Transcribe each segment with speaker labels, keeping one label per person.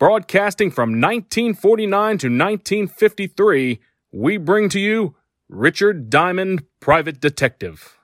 Speaker 1: broadcasting from 1949 to 1953, we bring to you Richard Diamond, Private Detective.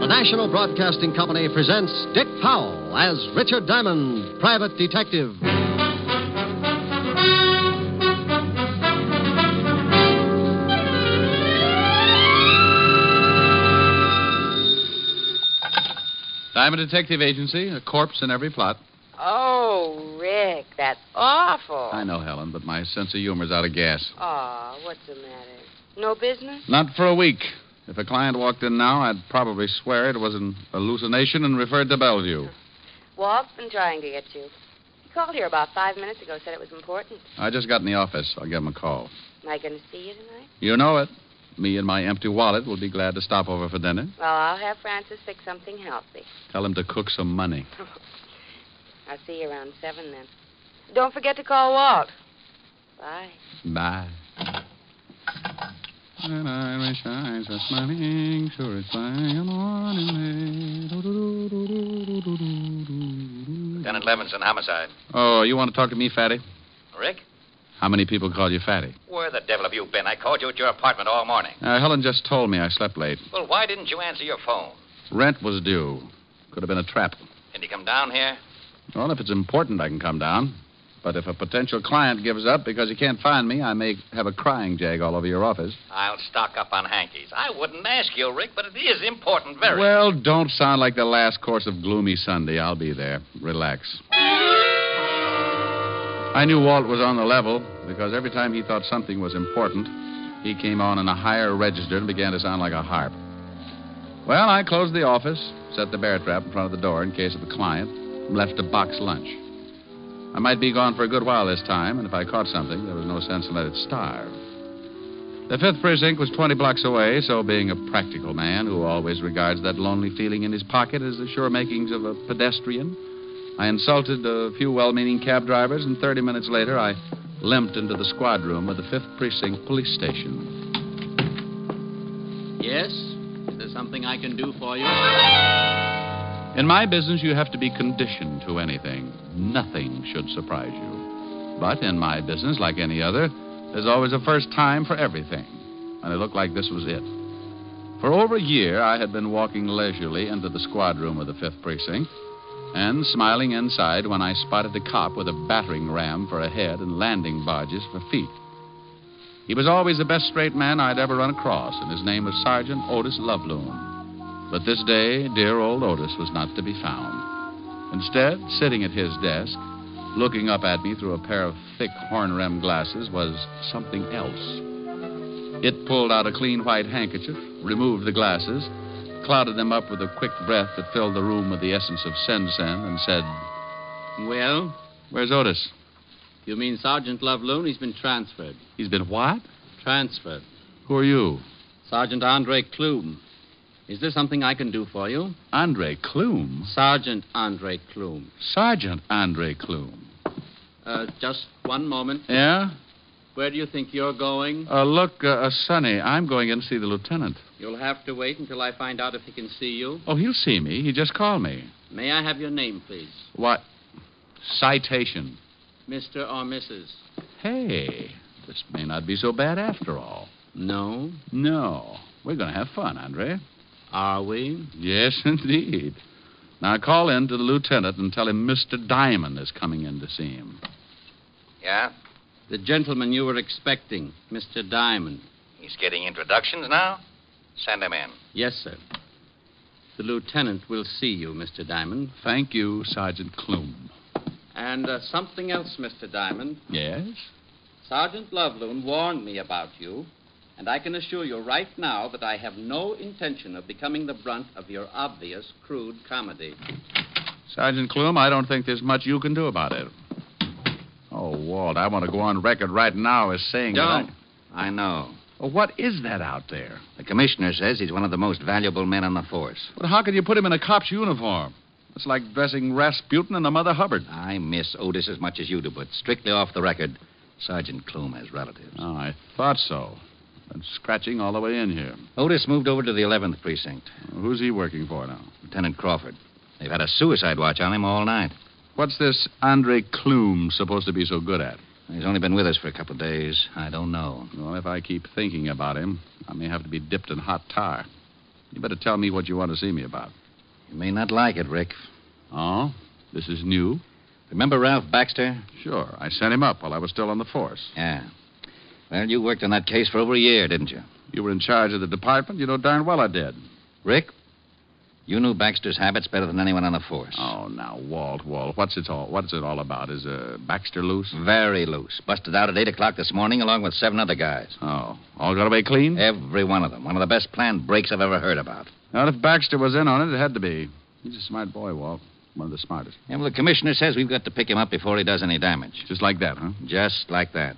Speaker 2: The National Broadcasting Company presents Dick Powell as Richard Diamond, Private Detective.
Speaker 3: Diamond Detective Agency, a corpse in every plot.
Speaker 4: Oh, Rick, that's awful.
Speaker 3: I know, Helen, but my sense of humor's out of gas.
Speaker 4: Aw, what's the matter? No business?
Speaker 3: Not for a week. If a client walked in now, I'd probably swear it was an hallucination and referred to Bellevue.
Speaker 4: Walt's been trying to get you. He called here about five minutes ago, said it was important.
Speaker 3: I just got in the office. I'll give him a call.
Speaker 4: Am I going to see you tonight?
Speaker 3: You know it. Me and my empty wallet will be glad to stop over for dinner.
Speaker 4: Well, I'll have Francis fix something healthy.
Speaker 3: Tell him to cook some money.
Speaker 4: I'll see you around seven then. Don't forget to call Walt. Bye.
Speaker 3: Bye. And I wish I was smiling, sure it's by a morning day. Do-do-do-do-do-do-do-do.
Speaker 5: Lieutenant Levinson, homicide.
Speaker 3: Oh, you want to talk to me, Fatty?
Speaker 5: Rick,
Speaker 3: How many people call you Fatty?
Speaker 5: where the devil have you been? I called you at your apartment all morning.
Speaker 3: Uh, Helen just told me I slept late.
Speaker 5: Well, why didn't you answer your phone?
Speaker 3: Rent was due. Could have been a trap.
Speaker 5: Did he come down here?
Speaker 3: Well, if it's important, I can come down. But if a potential client gives up because he can't find me, I may have a crying jag all over your office.
Speaker 5: I'll stock up on hankies. I wouldn't ask you, Rick, but it is important, very.
Speaker 3: Well, don't sound like the last course of gloomy Sunday. I'll be there. Relax. I knew Walt was on the level because every time he thought something was important, he came on in a higher register and began to sound like a harp. Well, I closed the office, set the bear trap in front of the door in case of a client, and left to box lunch. I might be gone for a good while this time, and if I caught something, there was no sense in letting it starve. The fifth precinct was 20 blocks away, so being a practical man who always regards that lonely feeling in his pocket as the sure makings of a pedestrian, I insulted a few well meaning cab drivers, and 30 minutes later I limped into the squad room of the fifth precinct police station.
Speaker 6: Yes? Is there something I can do for you?
Speaker 3: In my business, you have to be conditioned to anything. Nothing should surprise you. But in my business, like any other, there's always a first time for everything. And it looked like this was it. For over a year, I had been walking leisurely into the squad room of the 5th Precinct and smiling inside when I spotted the cop with a battering ram for a head and landing barges for feet. He was always the best straight man I'd ever run across, and his name was Sergeant Otis Loveloon. But this day, dear old Otis was not to be found. Instead, sitting at his desk, looking up at me through a pair of thick horn rimmed glasses, was something else. It pulled out a clean white handkerchief, removed the glasses, clouded them up with a quick breath that filled the room with the essence of sen sen, and said,
Speaker 6: Well,
Speaker 3: Where's Otis?
Speaker 6: you mean Sergeant Loveloon? He's been transferred.
Speaker 3: He's been what?
Speaker 6: Transferred.
Speaker 3: Who are you?
Speaker 6: Sergeant Andre Klum. Is there something I can do for you?
Speaker 3: Andre Klum.
Speaker 6: Sergeant Andre Klum.
Speaker 3: Sergeant Andre Klum.
Speaker 6: Uh, just one moment.
Speaker 3: Yeah?
Speaker 6: Where do you think you're going?
Speaker 3: Uh, look, uh, uh, Sonny, I'm going in to see the lieutenant.
Speaker 6: You'll have to wait until I find out if he can see you.
Speaker 3: Oh, he'll see me. He just called me.
Speaker 6: May I have your name, please?
Speaker 3: What? Citation.
Speaker 6: Mr. or Mrs.?
Speaker 3: Hey, this may not be so bad after all.
Speaker 6: No.
Speaker 3: No. We're going to have fun, Andre.
Speaker 6: Are we?
Speaker 3: Yes, indeed. Now call in to the lieutenant and tell him Mr. Diamond is coming in to see him.
Speaker 5: Yeah?
Speaker 6: The gentleman you were expecting, Mr. Diamond.
Speaker 5: He's getting introductions now? Send him in.
Speaker 6: Yes, sir. The lieutenant will see you, Mr. Diamond.
Speaker 3: Thank you, Sergeant Clume.
Speaker 6: And uh, something else, Mr. Diamond.
Speaker 3: Yes?
Speaker 6: Sergeant Loveloon warned me about you, and I can assure you right now that I have no intention of becoming the brunt of your obvious crude comedy.
Speaker 3: Sergeant Clume, I don't think there's much you can do about it. Oh, Walt, I want to go on record right now as saying that I-
Speaker 5: Don't. I know.
Speaker 3: Well, what is that out there?
Speaker 5: The commissioner says he's one of the most valuable men on the force.
Speaker 3: But how can you put him in a cop's uniform? It's like dressing Rasputin and a Mother Hubbard.
Speaker 5: I miss Otis as much as you do, but strictly off the record, Sergeant Clume has relatives.
Speaker 3: Oh, I thought so. Been scratching all the way in here.
Speaker 5: Otis moved over to the 11th precinct,
Speaker 3: Who's he working for now?
Speaker 5: Lieutenant Crawford. They've had a suicide watch on him all night.
Speaker 3: What's this Andre Clume supposed to be so good at?
Speaker 5: He's only been with us for a couple of days. I don't know.
Speaker 3: Well, if I keep thinking about him, I may have to be dipped in hot tar. You better tell me what you want to see me about.
Speaker 5: You may not like it, Rick.
Speaker 3: Oh? This is new?
Speaker 5: Remember Ralph Baxter?
Speaker 3: Sure. I sent him up while I was still on the force.
Speaker 5: Yeah. Well, you worked on that case for over a year, didn't you?
Speaker 3: You were in charge of the department. You know darn well I did.
Speaker 5: Rick, you knew Baxter's habits better than anyone on the force.
Speaker 3: Oh, now, Walt, Walt, what's it all? What's it all about? Is uh, Baxter loose?
Speaker 5: Very loose. Busted out at 8 o'clock this morning along with seven other guys.
Speaker 3: Oh, all got away clean.
Speaker 5: Every one of them. One of the best planned breaks I've ever heard about.
Speaker 3: Well, if Baxter was in on it, it had to be. He's a smart boy, Walt. One of the smartest.
Speaker 5: Yeah, well, the commissioner says we've got to pick him up before he does any damage.
Speaker 3: Just like that, huh?
Speaker 5: Just like that.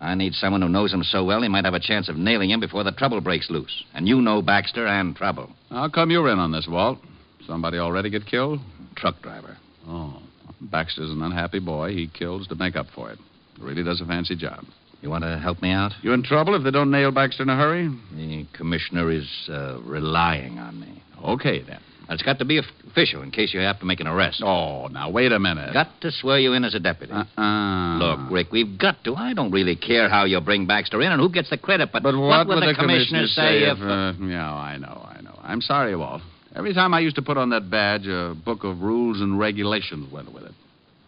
Speaker 5: I need someone who knows him so well he might have a chance of nailing him before the trouble breaks loose. And you know Baxter and trouble.
Speaker 3: How come you're in on this, Walt? Somebody already get killed?
Speaker 5: Truck driver.
Speaker 3: Oh, Baxter's an unhappy boy. He kills to make up for it. Really does a fancy job.
Speaker 5: You want to help me out?
Speaker 3: You in trouble if they don't nail Baxter in a hurry?
Speaker 5: The commissioner is uh, relying on me.
Speaker 3: Okay, then.
Speaker 5: It's got to be official in case you have to make an arrest.
Speaker 3: Oh, now, wait a minute.
Speaker 5: Got to swear you in as a deputy.
Speaker 3: Uh-uh.
Speaker 5: Look, Rick, we've got to. I don't really care how you bring Baxter in and who gets the credit, but,
Speaker 3: But what,
Speaker 5: would
Speaker 3: would
Speaker 5: the,
Speaker 3: commissioner,
Speaker 5: say if.
Speaker 3: uh, yeah, I know, I know. I'm sorry, Walt. Every time I used to put on that badge, a book of rules and regulations went with it.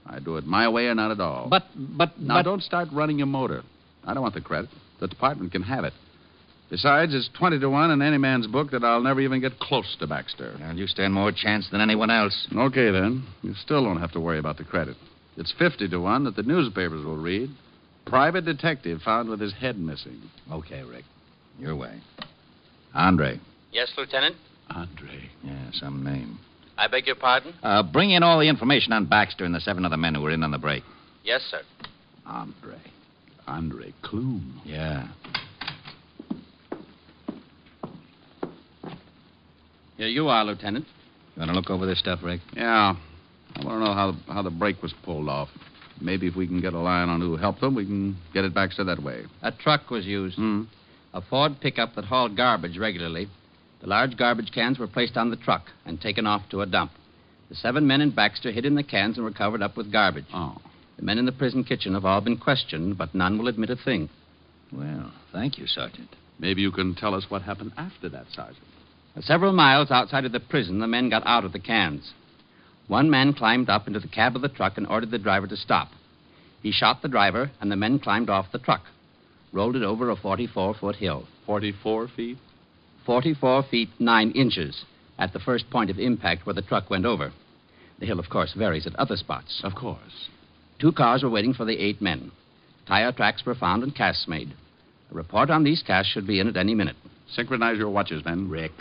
Speaker 3: I do it my way or not at all.
Speaker 5: But, but,
Speaker 3: now
Speaker 5: but.
Speaker 3: don't start running your motor. I don't want the credit. The department can have it. Besides, it's twenty to one in any man's book that I'll never even get close to Baxter.
Speaker 5: Well, you stand more chance than anyone else.
Speaker 3: Okay then, you still don't have to worry about the credit. It's fifty to one that the newspapers will read. Private detective found with his head missing.
Speaker 5: Okay, Rick. Your way. Andre.
Speaker 7: Yes, Lieutenant?
Speaker 3: Andre.
Speaker 5: Yeah, some name.
Speaker 7: I beg your pardon?
Speaker 5: Uh, bring in all the information on Baxter and the seven other men who were in on the break.
Speaker 7: Yes, sir.
Speaker 5: Andre.
Speaker 3: Andre Klum.
Speaker 5: Yeah.
Speaker 6: Here you are, Lieutenant.
Speaker 5: You want to look over this stuff, Rick?
Speaker 3: Yeah. I want to know how, how the break was pulled off. Maybe if we can get a line on who helped them, we can get it Baxter that way.
Speaker 6: A truck was used,
Speaker 3: Hmm.
Speaker 6: a Ford pickup that hauled garbage regularly. The large garbage cans were placed on the truck and taken off to a dump. The seven men in Baxter hid in the cans and were covered up with garbage.
Speaker 3: Oh.
Speaker 6: The men in the prison kitchen have all been questioned, but none will admit a thing.
Speaker 5: Well, thank you, Sergeant.
Speaker 3: Maybe you can tell us what happened after that, Sergeant.
Speaker 6: Several miles outside of the prison, the men got out of the cans. One man climbed up into the cab of the truck and ordered the driver to stop. He shot the driver, and the men climbed off the truck, rolled it over a 44 foot hill,
Speaker 3: 44 feet?
Speaker 6: 44 feet 9 inches, at the first point of impact where the truck went over. The hill, of course, varies at other spots.
Speaker 3: Of course.
Speaker 6: Two cars were waiting for the eight men. Tire tracks were found and casts made. A report on these casts should be in at any minute.
Speaker 3: Synchronize your watches, then. Rick.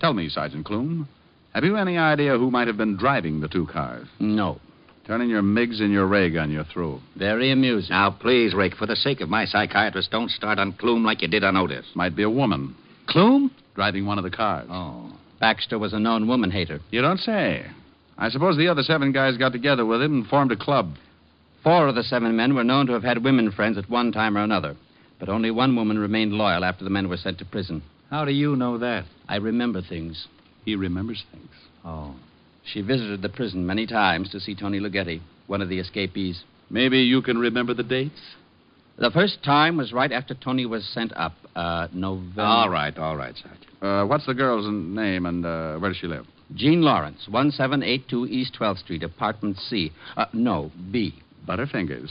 Speaker 3: Tell me, Sergeant Clume, have you any idea who might have been driving the two cars?
Speaker 6: No.
Speaker 3: Turn in your MiGs and your ray gun, you're through.
Speaker 6: Very amusing.
Speaker 5: Now, please, Rick, for the sake of my psychiatrist, don't start on Clume like you did on Otis.
Speaker 3: Might be a woman
Speaker 5: Clume?
Speaker 3: driving one of the cars.
Speaker 5: Oh.
Speaker 6: Baxter was a known woman hater.
Speaker 3: You don't say. I suppose the other seven guys got together with him and formed a club.
Speaker 6: Four of the seven men were known to have had women friends at one time or another, but only one woman remained loyal after the men were sent to prison.
Speaker 5: How do you know that?
Speaker 6: I remember things.
Speaker 3: He remembers things.
Speaker 5: Oh.
Speaker 6: She visited the prison many times to see Tony Lugetti, one of the escapees.
Speaker 3: Maybe you can remember the dates?
Speaker 6: The first time was right after Tony was sent up, uh, November.
Speaker 5: All right, all right, Sergeant.
Speaker 3: Uh, what's the girl's n- name and uh, where does she live?
Speaker 6: Jean Lawrence, 1782 East 12th Street, apartment C. Uh, no, B.
Speaker 3: Butterfingers.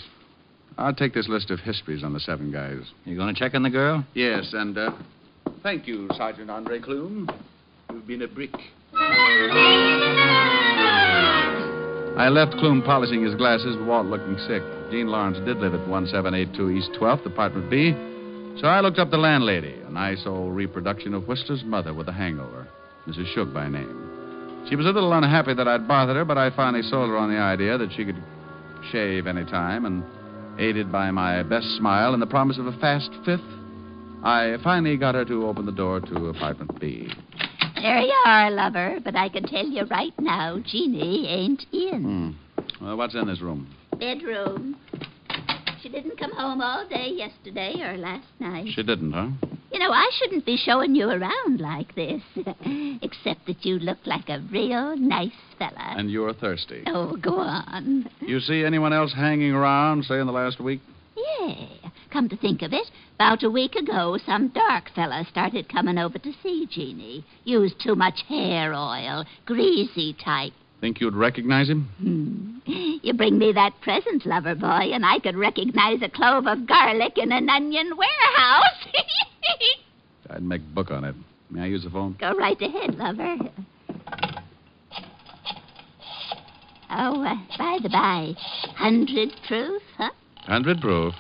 Speaker 3: I'll take this list of histories on the seven guys.
Speaker 5: You going to check on the girl?
Speaker 3: Yes, and uh, Thank you, Sergeant Andre Clume. You've been a brick. I left Clume polishing his glasses, Walt looking sick. Jean Lawrence did live at 1782 East 12th, Apartment B. So I looked up the landlady, a nice old reproduction of Whistler's mother with a hangover, Mrs. Shook by name. She was a little unhappy that I'd bothered her, but I finally sold her on the idea that she could shave any time, and aided by my best smile and the promise of a fast fifth, I finally got her to open the door to apartment B.
Speaker 8: There you are, lover, but I can tell you right now, Jeannie ain't in.
Speaker 3: Hmm. Well, what's in this room?
Speaker 8: Bedroom. She didn't come home all day yesterday or last night.
Speaker 3: She didn't, huh?
Speaker 8: You know, I shouldn't be showing you around like this, except that you look like a real nice fella.
Speaker 3: And you're thirsty.
Speaker 8: Oh, go on.
Speaker 3: You see anyone else hanging around, say, in the last week?
Speaker 8: Yeah, come to think of it, about a week ago, some dark fella started coming over to see Jeannie. Used too much hair oil, greasy type.
Speaker 3: Think you'd recognize him?
Speaker 8: Hmm. You bring me that present, lover boy, and I could recognize a clove of garlic in an onion warehouse.
Speaker 3: I'd make book on it. May I use the phone?
Speaker 8: Go right ahead, lover. Oh, uh, by the by, hundred proof, huh?
Speaker 3: Hundred proof.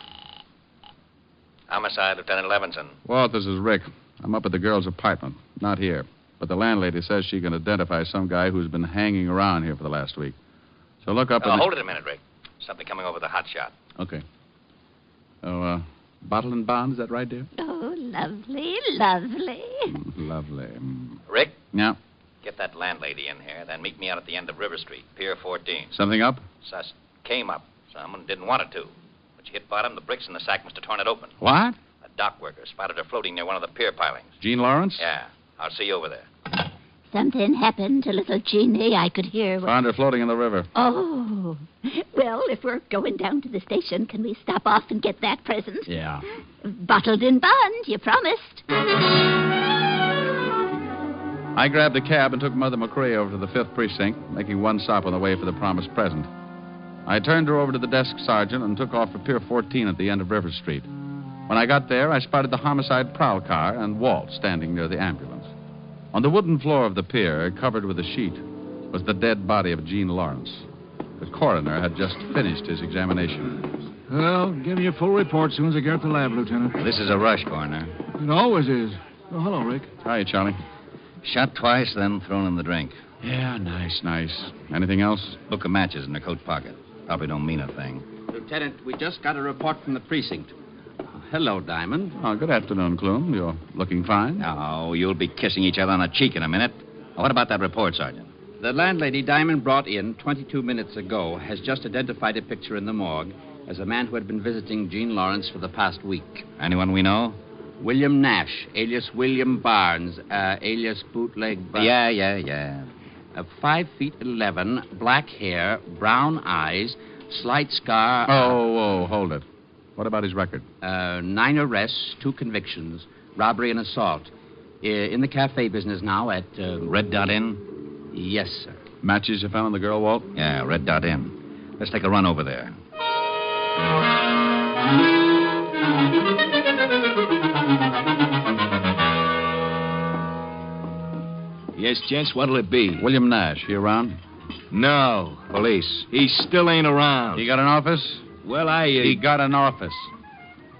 Speaker 5: Homicide, Lieutenant Levinson.
Speaker 3: Walt, this is Rick. I'm up at the girl's apartment. Not here. But the landlady says she can identify some guy who's been hanging around here for the last week. So look up
Speaker 5: Oh,
Speaker 3: and...
Speaker 5: hold it a minute, Rick. Something coming over the hot shot.
Speaker 3: Okay. Oh, uh, bottle and bond, is that right, dear?
Speaker 8: Oh, lovely, lovely.
Speaker 3: Mm, Lovely. Mm.
Speaker 5: Rick,
Speaker 3: Yeah.
Speaker 5: get that landlady in here, then meet me out at the end of River Street, Pier 14.
Speaker 3: Something up?
Speaker 5: Sus came up. Someone didn't want it to. But she hit bottom. The bricks in the sack must have torn it open.
Speaker 3: What?
Speaker 5: A dock worker spotted her floating near one of the pier pilings.
Speaker 3: Gene Lawrence?
Speaker 5: Yeah, I'll see you over there.
Speaker 8: Something happened to little Jeannie. I could hear. What...
Speaker 3: Found her floating in the river.
Speaker 8: Oh, well, if we're going down to the station, can we stop off and get that present?
Speaker 3: Yeah.
Speaker 8: Bottled in bond, you promised.
Speaker 3: I grabbed a cab and took Mother McCrae over to the 5th Precinct, making one stop on the way for the promised present. I turned her over to the desk sergeant and took off for Pier 14 at the end of River Street. When I got there, I spotted the homicide prowl car and Walt standing near the ambulance. On the wooden floor of the pier, covered with a sheet, was the dead body of Gene Lawrence. The coroner had just finished his examination.
Speaker 9: Well, give me a full report soon as I get up to the lab, Lieutenant.
Speaker 5: This is a rush, Coroner.
Speaker 9: It always is. Oh, hello, Rick.
Speaker 3: Hi, Charlie.
Speaker 5: Shot twice, then thrown in the drink.
Speaker 3: Yeah, nice, nice. Anything else?
Speaker 5: Book of matches in her coat pocket. Probably don't mean a thing.
Speaker 6: Lieutenant, we just got a report from the precinct. Hello, Diamond.
Speaker 3: Oh, good afternoon, Clume. You're looking fine.
Speaker 5: No, Oh, you'll be kissing each other on the cheek in a minute. What about that report, Sergeant?
Speaker 6: The landlady Diamond brought in 22 minutes ago has just identified a picture in the morgue as a man who had been visiting Jean Lawrence for the past week.
Speaker 5: Anyone we know?
Speaker 6: William Nash, alias William Barnes, uh, alias Bootleg Bar-
Speaker 5: yeah, yeah, yeah.
Speaker 6: Uh, five feet eleven, black hair, brown eyes, slight scar.
Speaker 3: Oh, whoa, hold it. What about his record?
Speaker 6: Uh, nine arrests, two convictions, robbery and assault. I- In the cafe business now at. Uh,
Speaker 5: Red Dot Inn?
Speaker 6: Yes, sir.
Speaker 3: Matches you found on the girl, Walt?
Speaker 5: Yeah, Red Dot Inn. Let's take a run over there.
Speaker 10: Yes, gents, what'll it be?
Speaker 3: William Nash, he around?
Speaker 10: No.
Speaker 5: Police.
Speaker 10: He still ain't around.
Speaker 3: He got an office?
Speaker 10: Well, I. Uh,
Speaker 3: He got an office.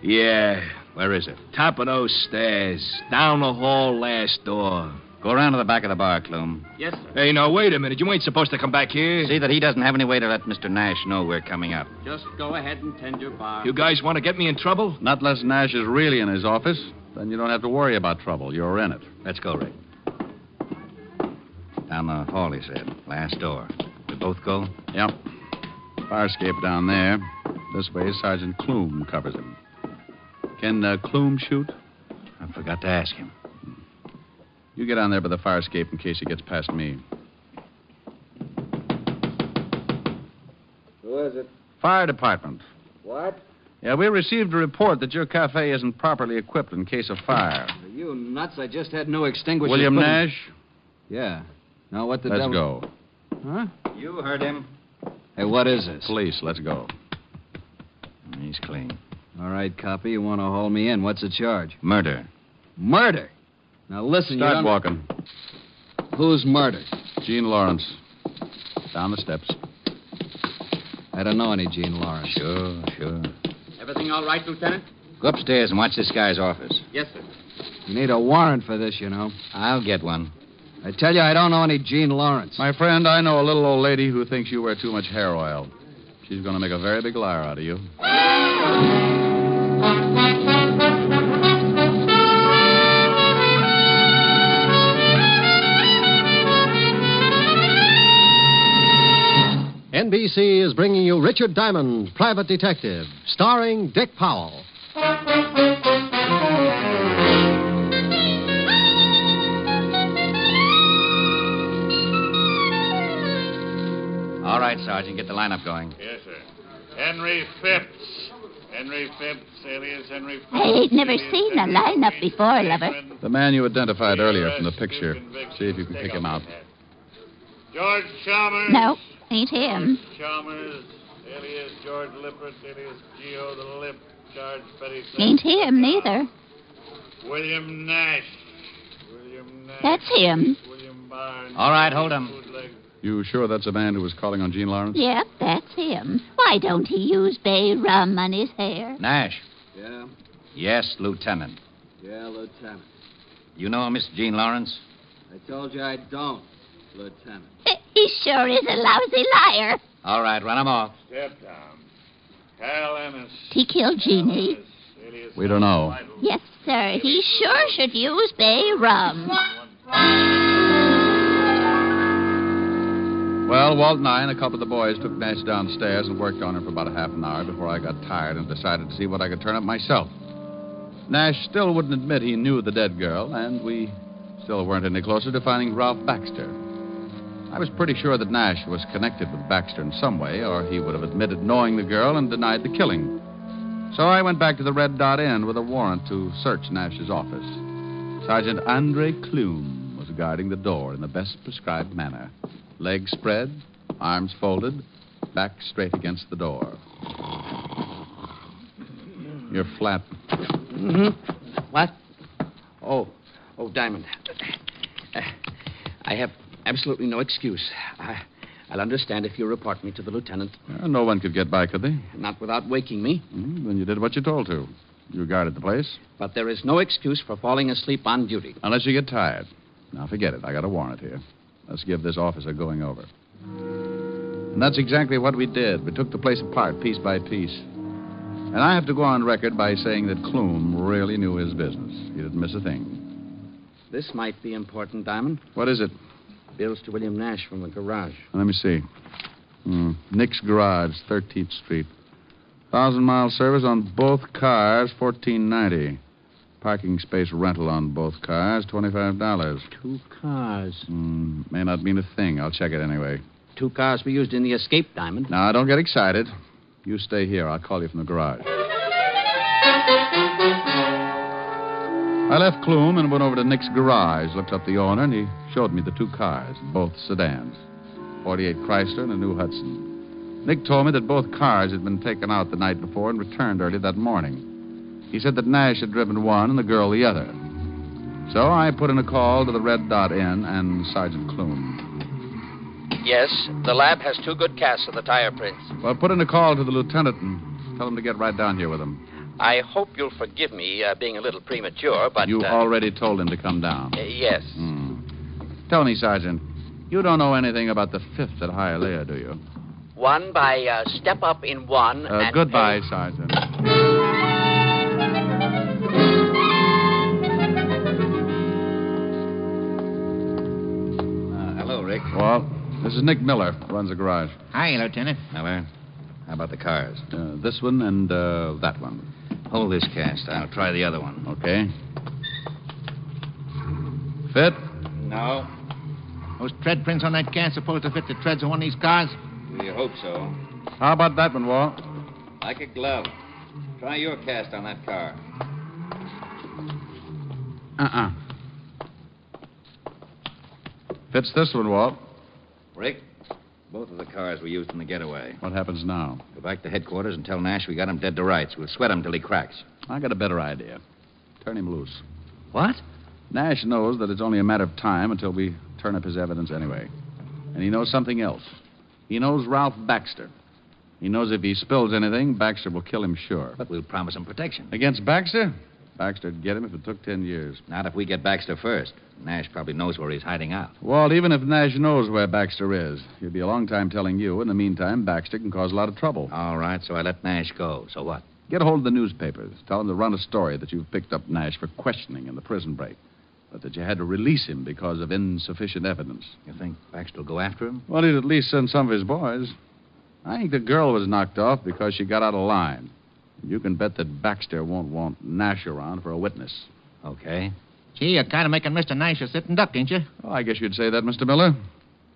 Speaker 10: Yeah.
Speaker 5: Where is it?
Speaker 10: Top of those stairs. Down the hall, last door.
Speaker 5: Go around to the back of the bar, Clume.
Speaker 6: Yes, sir.
Speaker 10: Hey, now, wait a minute. You ain't supposed to come back here.
Speaker 5: See that he doesn't have any way to let Mr. Nash know we're coming up.
Speaker 6: Just go ahead and tend your bar.
Speaker 10: You guys want to get me in trouble?
Speaker 3: Not unless Nash is really in his office. Then you don't have to worry about trouble. You're in it.
Speaker 5: Let's go, Rick. Down the hall, he said. Last door. We both go?
Speaker 3: Yep. Fire escape down there. This way, Sergeant Clume covers him. Can uh, Clume shoot?
Speaker 5: I forgot to ask him.
Speaker 3: You get on there by the fire escape in case he gets past me.
Speaker 9: Who is it?
Speaker 3: Fire department.
Speaker 9: What?
Speaker 3: Yeah, we received a report that your cafe isn't properly equipped in case of fire.
Speaker 9: Are you nuts? I just had no extinguisher.
Speaker 3: William
Speaker 9: put in-
Speaker 3: Nash,
Speaker 9: Yeah. Now what the
Speaker 3: let's
Speaker 9: devil?
Speaker 3: go.
Speaker 9: Huh?
Speaker 5: You heard him.
Speaker 9: Hey, what is this?
Speaker 3: Police, let's go.
Speaker 5: He's clean.
Speaker 9: All right, copy. You want to haul me in? What's the charge?
Speaker 5: Murder.
Speaker 9: Murder.
Speaker 11: Now listen,
Speaker 3: Start
Speaker 11: you don't...
Speaker 3: walking.
Speaker 11: Who's murdered?
Speaker 3: Gene Lawrence. Down the steps.
Speaker 11: I don't know any Gene Lawrence.
Speaker 5: Sure, sure.
Speaker 6: Everything all right, Lieutenant?
Speaker 5: Go upstairs and watch this guy's office.
Speaker 6: Yes, sir.
Speaker 11: You need a warrant for this, you know.
Speaker 5: I'll get one.
Speaker 11: I tell you, I don't know any Gene Lawrence.
Speaker 3: My friend, I know a little old lady who thinks you wear too much hair oil. She's going to make a very big liar out of you.
Speaker 2: NBC is bringing you Richard Diamond, Private Detective, starring Dick Powell.
Speaker 5: All right, Sergeant, get the lineup going.
Speaker 12: Yes, sir. Henry Phipps. Henry Phipps, alias Henry Phipps.
Speaker 8: I ain't never seen a lineup before, lover.
Speaker 3: The man you identified earlier from the picture. See if you can pick him out.
Speaker 12: George Chalmers.
Speaker 8: No, ain't him.
Speaker 12: Chalmers, alias George Lippert, alias Geo the Lip, George Petty.
Speaker 8: Ain't him neither.
Speaker 12: William Nash. William Nash.
Speaker 8: That's him.
Speaker 12: William Barnes.
Speaker 5: All right, hold him.
Speaker 3: You sure that's a man who was calling on Gene Lawrence?
Speaker 8: Yep, that's him. Why don't he use bay rum on his hair?
Speaker 5: Nash.
Speaker 11: Yeah?
Speaker 5: Yes, Lieutenant.
Speaker 11: Yeah, Lieutenant.
Speaker 5: You know Miss Gene Lawrence?
Speaker 11: I told you I don't, Lieutenant.
Speaker 8: He sure is a lousy liar.
Speaker 5: All right, run him off.
Speaker 12: Step down. Hal Ennis.
Speaker 8: He killed Jeannie.
Speaker 3: We don't know.
Speaker 8: Yes, sir. He sure should use bay rum.
Speaker 3: Well, Walt and I and a couple of the boys took Nash downstairs and worked on him for about a half an hour before I got tired and decided to see what I could turn up myself. Nash still wouldn't admit he knew the dead girl, and we still weren't any closer to finding Ralph Baxter. I was pretty sure that Nash was connected with Baxter in some way, or he would have admitted knowing the girl and denied the killing. So I went back to the Red Dot Inn with a warrant to search Nash's office. Sergeant Andre Clume was guarding the door in the best prescribed manner legs spread, arms folded, back straight against the door. You're flat.
Speaker 6: Mm-hmm. What? Oh, oh, Diamond. Uh, I have absolutely no excuse. I, I'll understand if you report me to the lieutenant,
Speaker 3: Uh, no one could get by, could they?
Speaker 6: not without waking me.
Speaker 3: Mm, then you did what you told to. You guarded the place.
Speaker 6: But there is no excuse for falling asleep on duty.
Speaker 3: Unless you get tired. Now, forget it. I got a warrant here. Let's give this office a going over. And that's exactly what we did. We took the place apart piece by piece. And I have to go on record by saying that Clume really knew his business. He didn't miss a thing.
Speaker 6: This might be important, Diamond.
Speaker 3: What is it?
Speaker 6: Bills to William Nash from the garage.
Speaker 3: Let me see. Hmm, Nick's Garage, 13th Street. Thousand mile service on both cars, fourteen ninety. Parking space rental on both cars, twenty-five dollars.
Speaker 6: Two cars.
Speaker 3: Mm, may not mean a thing. I'll check it anyway.
Speaker 6: Two cars were used in the escape, Diamond.
Speaker 3: Now, don't get excited. You stay here. I'll call you from the garage. I left Clume and went over to Nick's garage, looked up the owner, and he showed me the two cars, both sedans 48 Chrysler and a new Hudson. Nick told me that both cars had been taken out the night before and returned early that morning. He said that Nash had driven one and the girl the other. So I put in a call to the Red Dot Inn and Sergeant Clume.
Speaker 7: Yes, the lab has two good casts of the tire prints.
Speaker 3: Well, put in a call to the lieutenant and tell him to get right down here with him.
Speaker 7: I hope you'll forgive me uh, being a little premature, but.
Speaker 3: you
Speaker 7: uh,
Speaker 3: already told him to come down.
Speaker 7: uh, yes.
Speaker 6: Hmm.
Speaker 3: Tell me, Sergeant, you don't know anything about the fifth at Hialeah, do you?
Speaker 7: One by uh, step up in one.
Speaker 3: Uh,
Speaker 7: and
Speaker 3: goodbye, Sergeant.
Speaker 5: Uh, hello, Rick.
Speaker 3: Well, this is Nick Miller, runs the garage.
Speaker 13: Hi, Lieutenant.
Speaker 5: Miller, how about the cars?
Speaker 3: Uh, this one and uh, that one.
Speaker 5: Hold this cast. I'll try the other one.
Speaker 3: Okay. Fit?
Speaker 13: No. Those tread prints on that can supposed to fit the treads of one of these cars?
Speaker 5: We hope so.
Speaker 3: How about that one, Walt?
Speaker 5: Like a glove. Try your cast on that car.
Speaker 3: Uh-uh. Fits this one, Walt.
Speaker 5: Rick, both of the cars were used in the getaway.
Speaker 3: What happens now?
Speaker 5: Go back to headquarters and tell Nash we got him dead to rights. We'll sweat him till he cracks.
Speaker 3: I got a better idea. Turn him loose.
Speaker 5: What?
Speaker 3: Nash knows that it's only a matter of time until we turn up his evidence anyway. And he knows something else. He knows Ralph Baxter. He knows if he spills anything, Baxter will kill him sure.
Speaker 5: But we'll promise him protection.
Speaker 3: Against Baxter? Baxter'd get him if it took ten years.
Speaker 5: Not if we get Baxter first. Nash probably knows where he's hiding out.
Speaker 3: Walt, even if Nash knows where Baxter is, he'll be a long time telling you. In the meantime, Baxter can cause a lot of trouble.
Speaker 5: All right, so I let Nash go. So what?
Speaker 3: Get hold of the newspapers. Tell them to run a story that you've picked up Nash for questioning in the prison break, but that you had to release him because of insufficient evidence.
Speaker 5: You think Baxter will go after him?
Speaker 3: Well, he'd at least send some of his boys. I think the girl was knocked off because she got out of line. You can bet that Baxter won't want Nash around for a witness.
Speaker 5: Okay.
Speaker 13: Gee, you're kind of making Mr. Nash a sitting duck, ain't you?
Speaker 3: Oh, I guess you'd say that, Mr. Miller.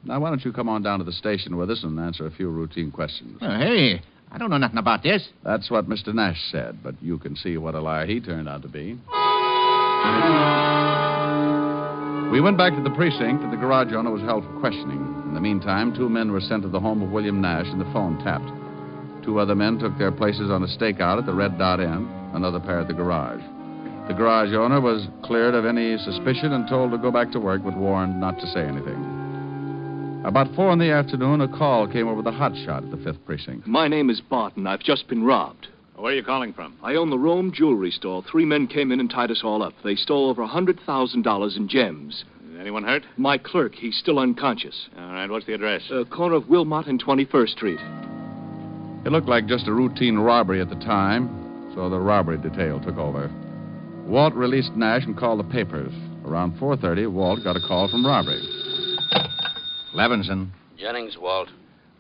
Speaker 3: Now, why don't you come on down to the station with us and answer a few routine questions?
Speaker 13: Oh, hey, I don't know nothing about this.
Speaker 3: That's what Mr. Nash said, but you can see what a liar he turned out to be. We went back to the precinct, and the garage owner was held for questioning. In the meantime, two men were sent to the home of William Nash, and the phone tapped. Two other men took their places on a stakeout at the Red Dot Inn, another pair at the garage. The garage owner was cleared of any suspicion and told to go back to work, but warned not to say anything. About four in the afternoon, a call came over the hotshot at the fifth precinct.
Speaker 14: My name is Barton. I've just been robbed.
Speaker 15: Where are you calling from?
Speaker 14: I own the Rome jewelry store. Three men came in and tied us all up. They stole over a $100,000 in gems.
Speaker 15: Anyone hurt?
Speaker 14: My clerk. He's still unconscious.
Speaker 15: All right. What's the address?
Speaker 14: Uh, corner of Wilmot and 21st Street.
Speaker 3: It looked like just a routine robbery at the time, so the robbery detail took over. Walt released Nash and called the papers. Around 4:30, Walt got a call from robbery.
Speaker 5: Levinson.
Speaker 16: Jennings, Walt.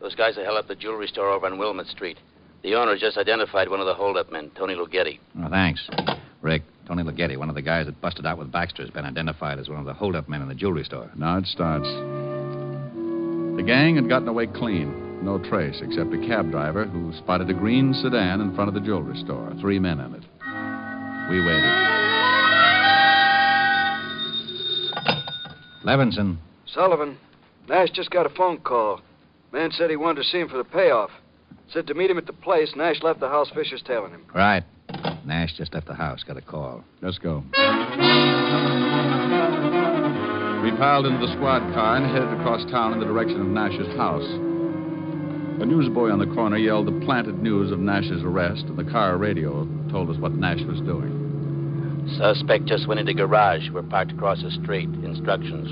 Speaker 16: Those guys that held up the jewelry store over on Wilmot Street. The owner just identified one of the holdup men, Tony Lugetti.
Speaker 5: Oh, thanks, Rick. Tony Lugetti, one of the guys that busted out with Baxter, has been identified as one of the holdup men in the jewelry store.
Speaker 3: Now it starts. The gang had gotten away clean. No trace except a cab driver who spotted a green sedan in front of the jewelry store, three men in it. We waited.
Speaker 5: Levinson.
Speaker 17: Sullivan. Nash just got a phone call. Man said he wanted to see him for the payoff. Said to meet him at the place. Nash left the house, Fisher's tailing him.
Speaker 5: Right. Nash just left the house, got a call.
Speaker 3: Let's go. We piled into the squad car and headed across town in the direction of Nash's house. A newsboy on the corner yelled the planted news of Nash's arrest, and the car radio told us what Nash was doing.
Speaker 16: Suspect just went into garage. We're parked across the street. Instructions.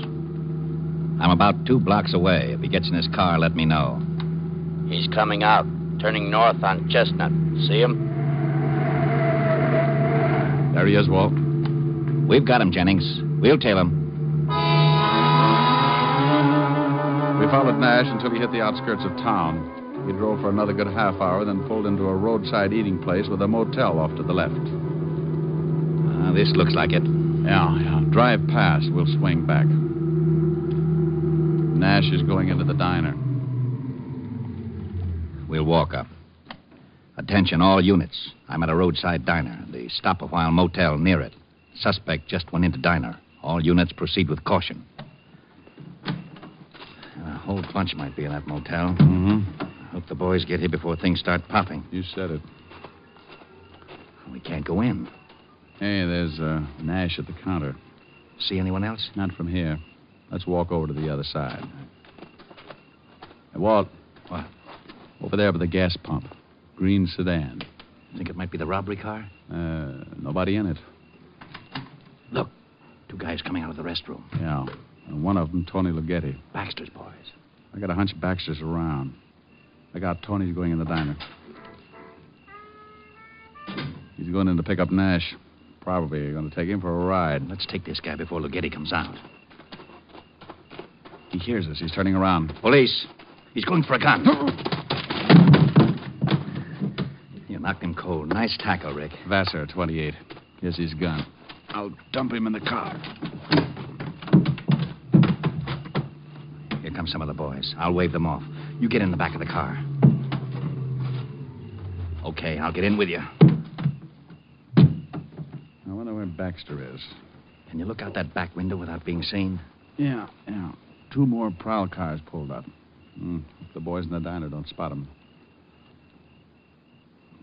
Speaker 5: I'm about two blocks away. If he gets in his car, let me know.
Speaker 16: He's coming out, turning north on Chestnut. See him?
Speaker 3: There he is, Walt.
Speaker 5: We've got him, Jennings. We'll tail him.
Speaker 3: We followed Nash until he hit the outskirts of town. He drove for another good half hour, then pulled into a roadside eating place with a motel off to the left.
Speaker 5: Uh, this looks like it.
Speaker 3: Yeah, yeah. Drive past. We'll swing back. Nash is going into the diner.
Speaker 5: We'll walk up. Attention, all units. I'm at a roadside diner, the Stop a While Motel near it. Suspect just went into diner. All units proceed with caution. A whole bunch might be in that motel.
Speaker 3: Mm-hmm.
Speaker 5: Hope the boys get here before things start popping.
Speaker 3: You said it.
Speaker 5: We can't go in.
Speaker 3: Hey, there's uh, Nash at the counter.
Speaker 5: See anyone else?
Speaker 3: Not from here. Let's walk over to the other side. Hey, Walt.
Speaker 5: What?
Speaker 3: Over there by the gas pump. Green sedan.
Speaker 5: You think it might be the robbery car?
Speaker 3: Uh, nobody in it.
Speaker 5: Look. Two guys coming out of the restroom.
Speaker 3: Yeah. And one of them, Tony Lugetti.
Speaker 5: Baxter's boys.
Speaker 3: I got a hunch Baxter's around. I got Tony's going in the diner. He's going in to pick up Nash. Probably going to take him for a ride.
Speaker 5: Let's take this guy before Lugetti comes out.
Speaker 3: He hears us. He's turning around.
Speaker 5: Police. He's going for a gun. you knocked him cold. Nice tackle, Rick.
Speaker 3: Vassar, 28. Here's his gun. I'll dump him in the car.
Speaker 5: Here come some of the boys. I'll wave them off. You get in the back of the car. Okay, I'll get in with you.
Speaker 3: I wonder where Baxter is.
Speaker 5: Can you look out that back window without being seen?
Speaker 3: Yeah, yeah. Two more prowl cars pulled up. Mm, the boys in the diner don't spot him.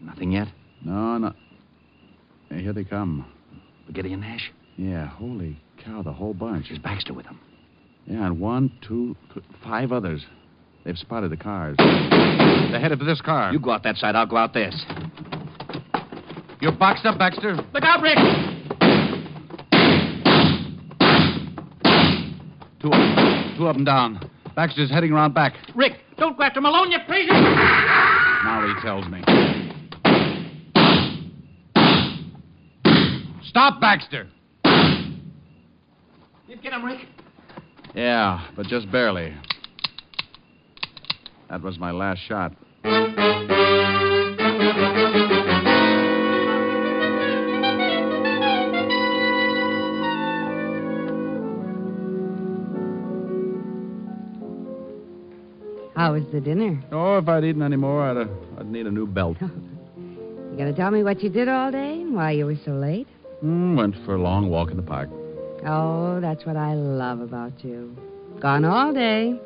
Speaker 5: Nothing yet?
Speaker 3: No, no. Hey, here they come.
Speaker 5: Spaghetti and Nash?
Speaker 3: Yeah, holy cow, the whole bunch. Is
Speaker 13: Baxter with them?
Speaker 3: Yeah, and one, two, th- five others. They've spotted the cars. They're headed for this car.
Speaker 13: You go out that side, I'll go out this.
Speaker 10: You're boxed up, Baxter.
Speaker 13: Look out, Rick!
Speaker 10: Two up, two of them down. Baxter's heading around back.
Speaker 13: Rick, don't go after Malone, you crazy!
Speaker 10: Now he tells me. Stop, Baxter!
Speaker 13: You get him, Rick.
Speaker 3: Yeah, but just barely. That was my last shot.
Speaker 18: How was the dinner?
Speaker 3: Oh, if I'd eaten any more, I'd, uh, I'd need a new belt.
Speaker 18: You gonna tell me what you did all day and why you were so late?
Speaker 3: Mm, went for a long walk in the park.
Speaker 18: Oh, that's what I love about you. Gone all day.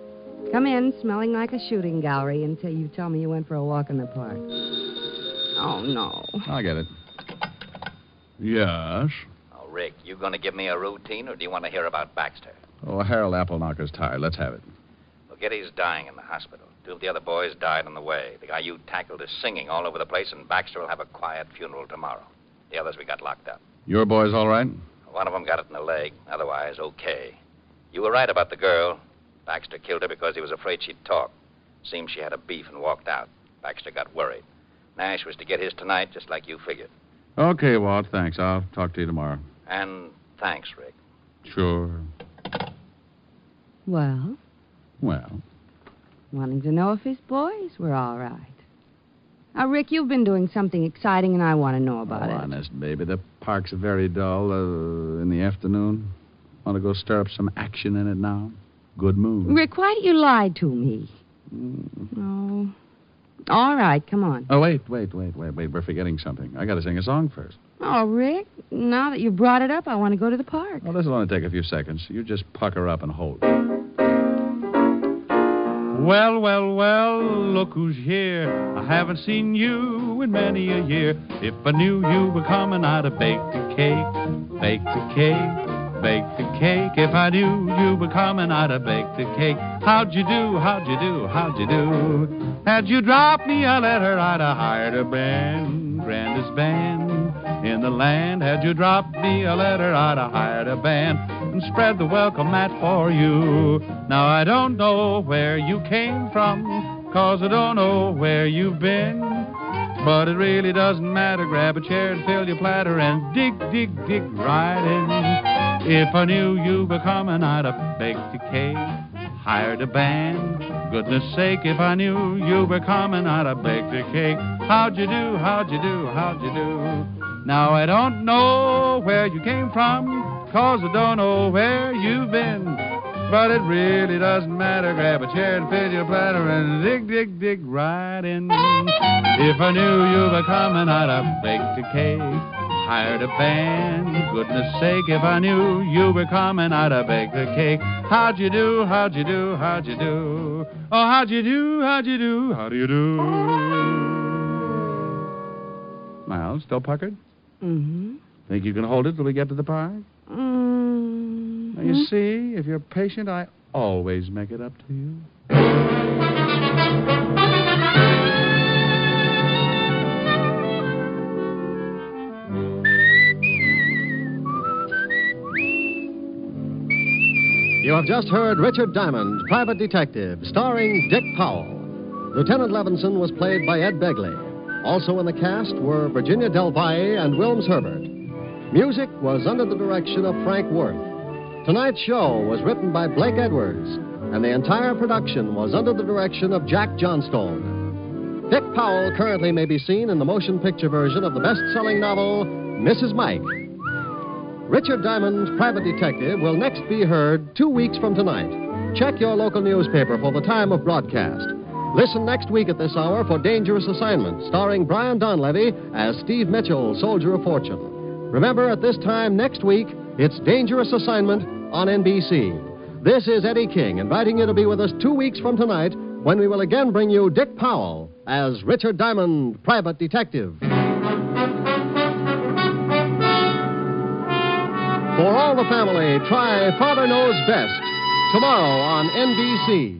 Speaker 18: Come in smelling like a shooting gallery until you tell me you went for a walk in the park. Oh, no.
Speaker 3: I get it. Yes.
Speaker 5: Now, Rick, you going to give me a routine, or do you want to hear about Baxter?
Speaker 3: Oh, Harold Appleknocker's tired. Let's have it.
Speaker 5: Getty's dying in the hospital. Two of the other boys died on the way. The guy you tackled is singing all over the place, and Baxter will have a quiet funeral tomorrow. The others we got locked up.
Speaker 3: Your boy's all right?
Speaker 5: One of them got it in the leg. Otherwise, okay. You were right about the girl. Baxter killed her because he was afraid she'd talk. Seems she had a beef and walked out. Baxter got worried. Nash was to get his tonight, just like you figured.
Speaker 3: Okay, Walt, thanks. I'll talk to you tomorrow.
Speaker 5: And thanks, Rick.
Speaker 3: Sure.
Speaker 18: Well,
Speaker 3: Well,
Speaker 18: wanting to know if his boys were all right. Now, Rick, you've been doing something exciting, and Oh, I want to know about it.
Speaker 3: honest, baby, the park's very dull uh, in the afternoon. Want to go stir up some action in it now? Good mood.
Speaker 18: Rick, why do you lie to me? Oh. All right, come on.
Speaker 3: Oh, wait, wait, wait, wait, wait. We're forgetting something. I got to sing a song first.
Speaker 18: Oh, Rick, now that you brought it up, I want to go to the park.
Speaker 3: Well, this will only take a few seconds. You just pucker up and hold.
Speaker 19: Well, well, well, look who's here. I haven't seen you in many a year. If I knew you were coming, I'd have baked a cake, baked a cake, baked a cake. If I knew you were coming, I'd have baked a cake. How'd you do? How'd you do? How'd you do? Had you dropped me a letter, I'd have hired a band, grandest band in the land. Had you dropped me a letter, I'd have hired a band and spread the welcome mat for you. Now I don't know where you came from, cause I don't know where you've been. But it really doesn't matter. Grab a chair and fill your platter and dig, dig, dig right in. If I knew you were coming, I'd have baked a cake, hired a band. Goodness sake, if I knew you were coming, I'd have baked a cake. How'd you do? How'd you do? How'd you do? Now I don't know where you came from, cause I don't know where you've been. But it really doesn't matter. Grab a chair and fill your platter and dig, dig, dig right in. If I knew you were coming, I'd have baked a cake, hired a band. Goodness sake, if I knew you were coming, I'd have baked a cake. How'd you do? How'd you do? How'd you do? Oh, how'd you do? How'd you do? How do you do?
Speaker 3: Miles, still puckered?
Speaker 18: Mm-hmm.
Speaker 3: Think you can hold it till we get to the park?
Speaker 18: Mm-hmm.
Speaker 3: Now, you see, if you're patient, I always make it up to you.
Speaker 2: You have just heard Richard Diamond, Private Detective, starring Dick Powell. Lieutenant Levinson was played by Ed Begley. Also in the cast were Virginia Del Valle and Wilms Herbert. Music was under the direction of Frank Worth. Tonight's show was written by Blake Edwards, and the entire production was under the direction of Jack Johnstone. Dick Powell currently may be seen in the motion picture version of the best selling novel, Mrs. Mike. Richard Diamond's Private Detective will next be heard two weeks from tonight. Check your local newspaper for the time of broadcast. Listen next week at this hour for Dangerous Assignment, starring Brian Donlevy as Steve Mitchell, Soldier of Fortune. Remember, at this time next week, it's Dangerous Assignment on NBC. This is Eddie King inviting you to be with us two weeks from tonight when we will again bring you Dick Powell as Richard Diamond, Private Detective. For all the family, try Father Knows Best tomorrow on NBC.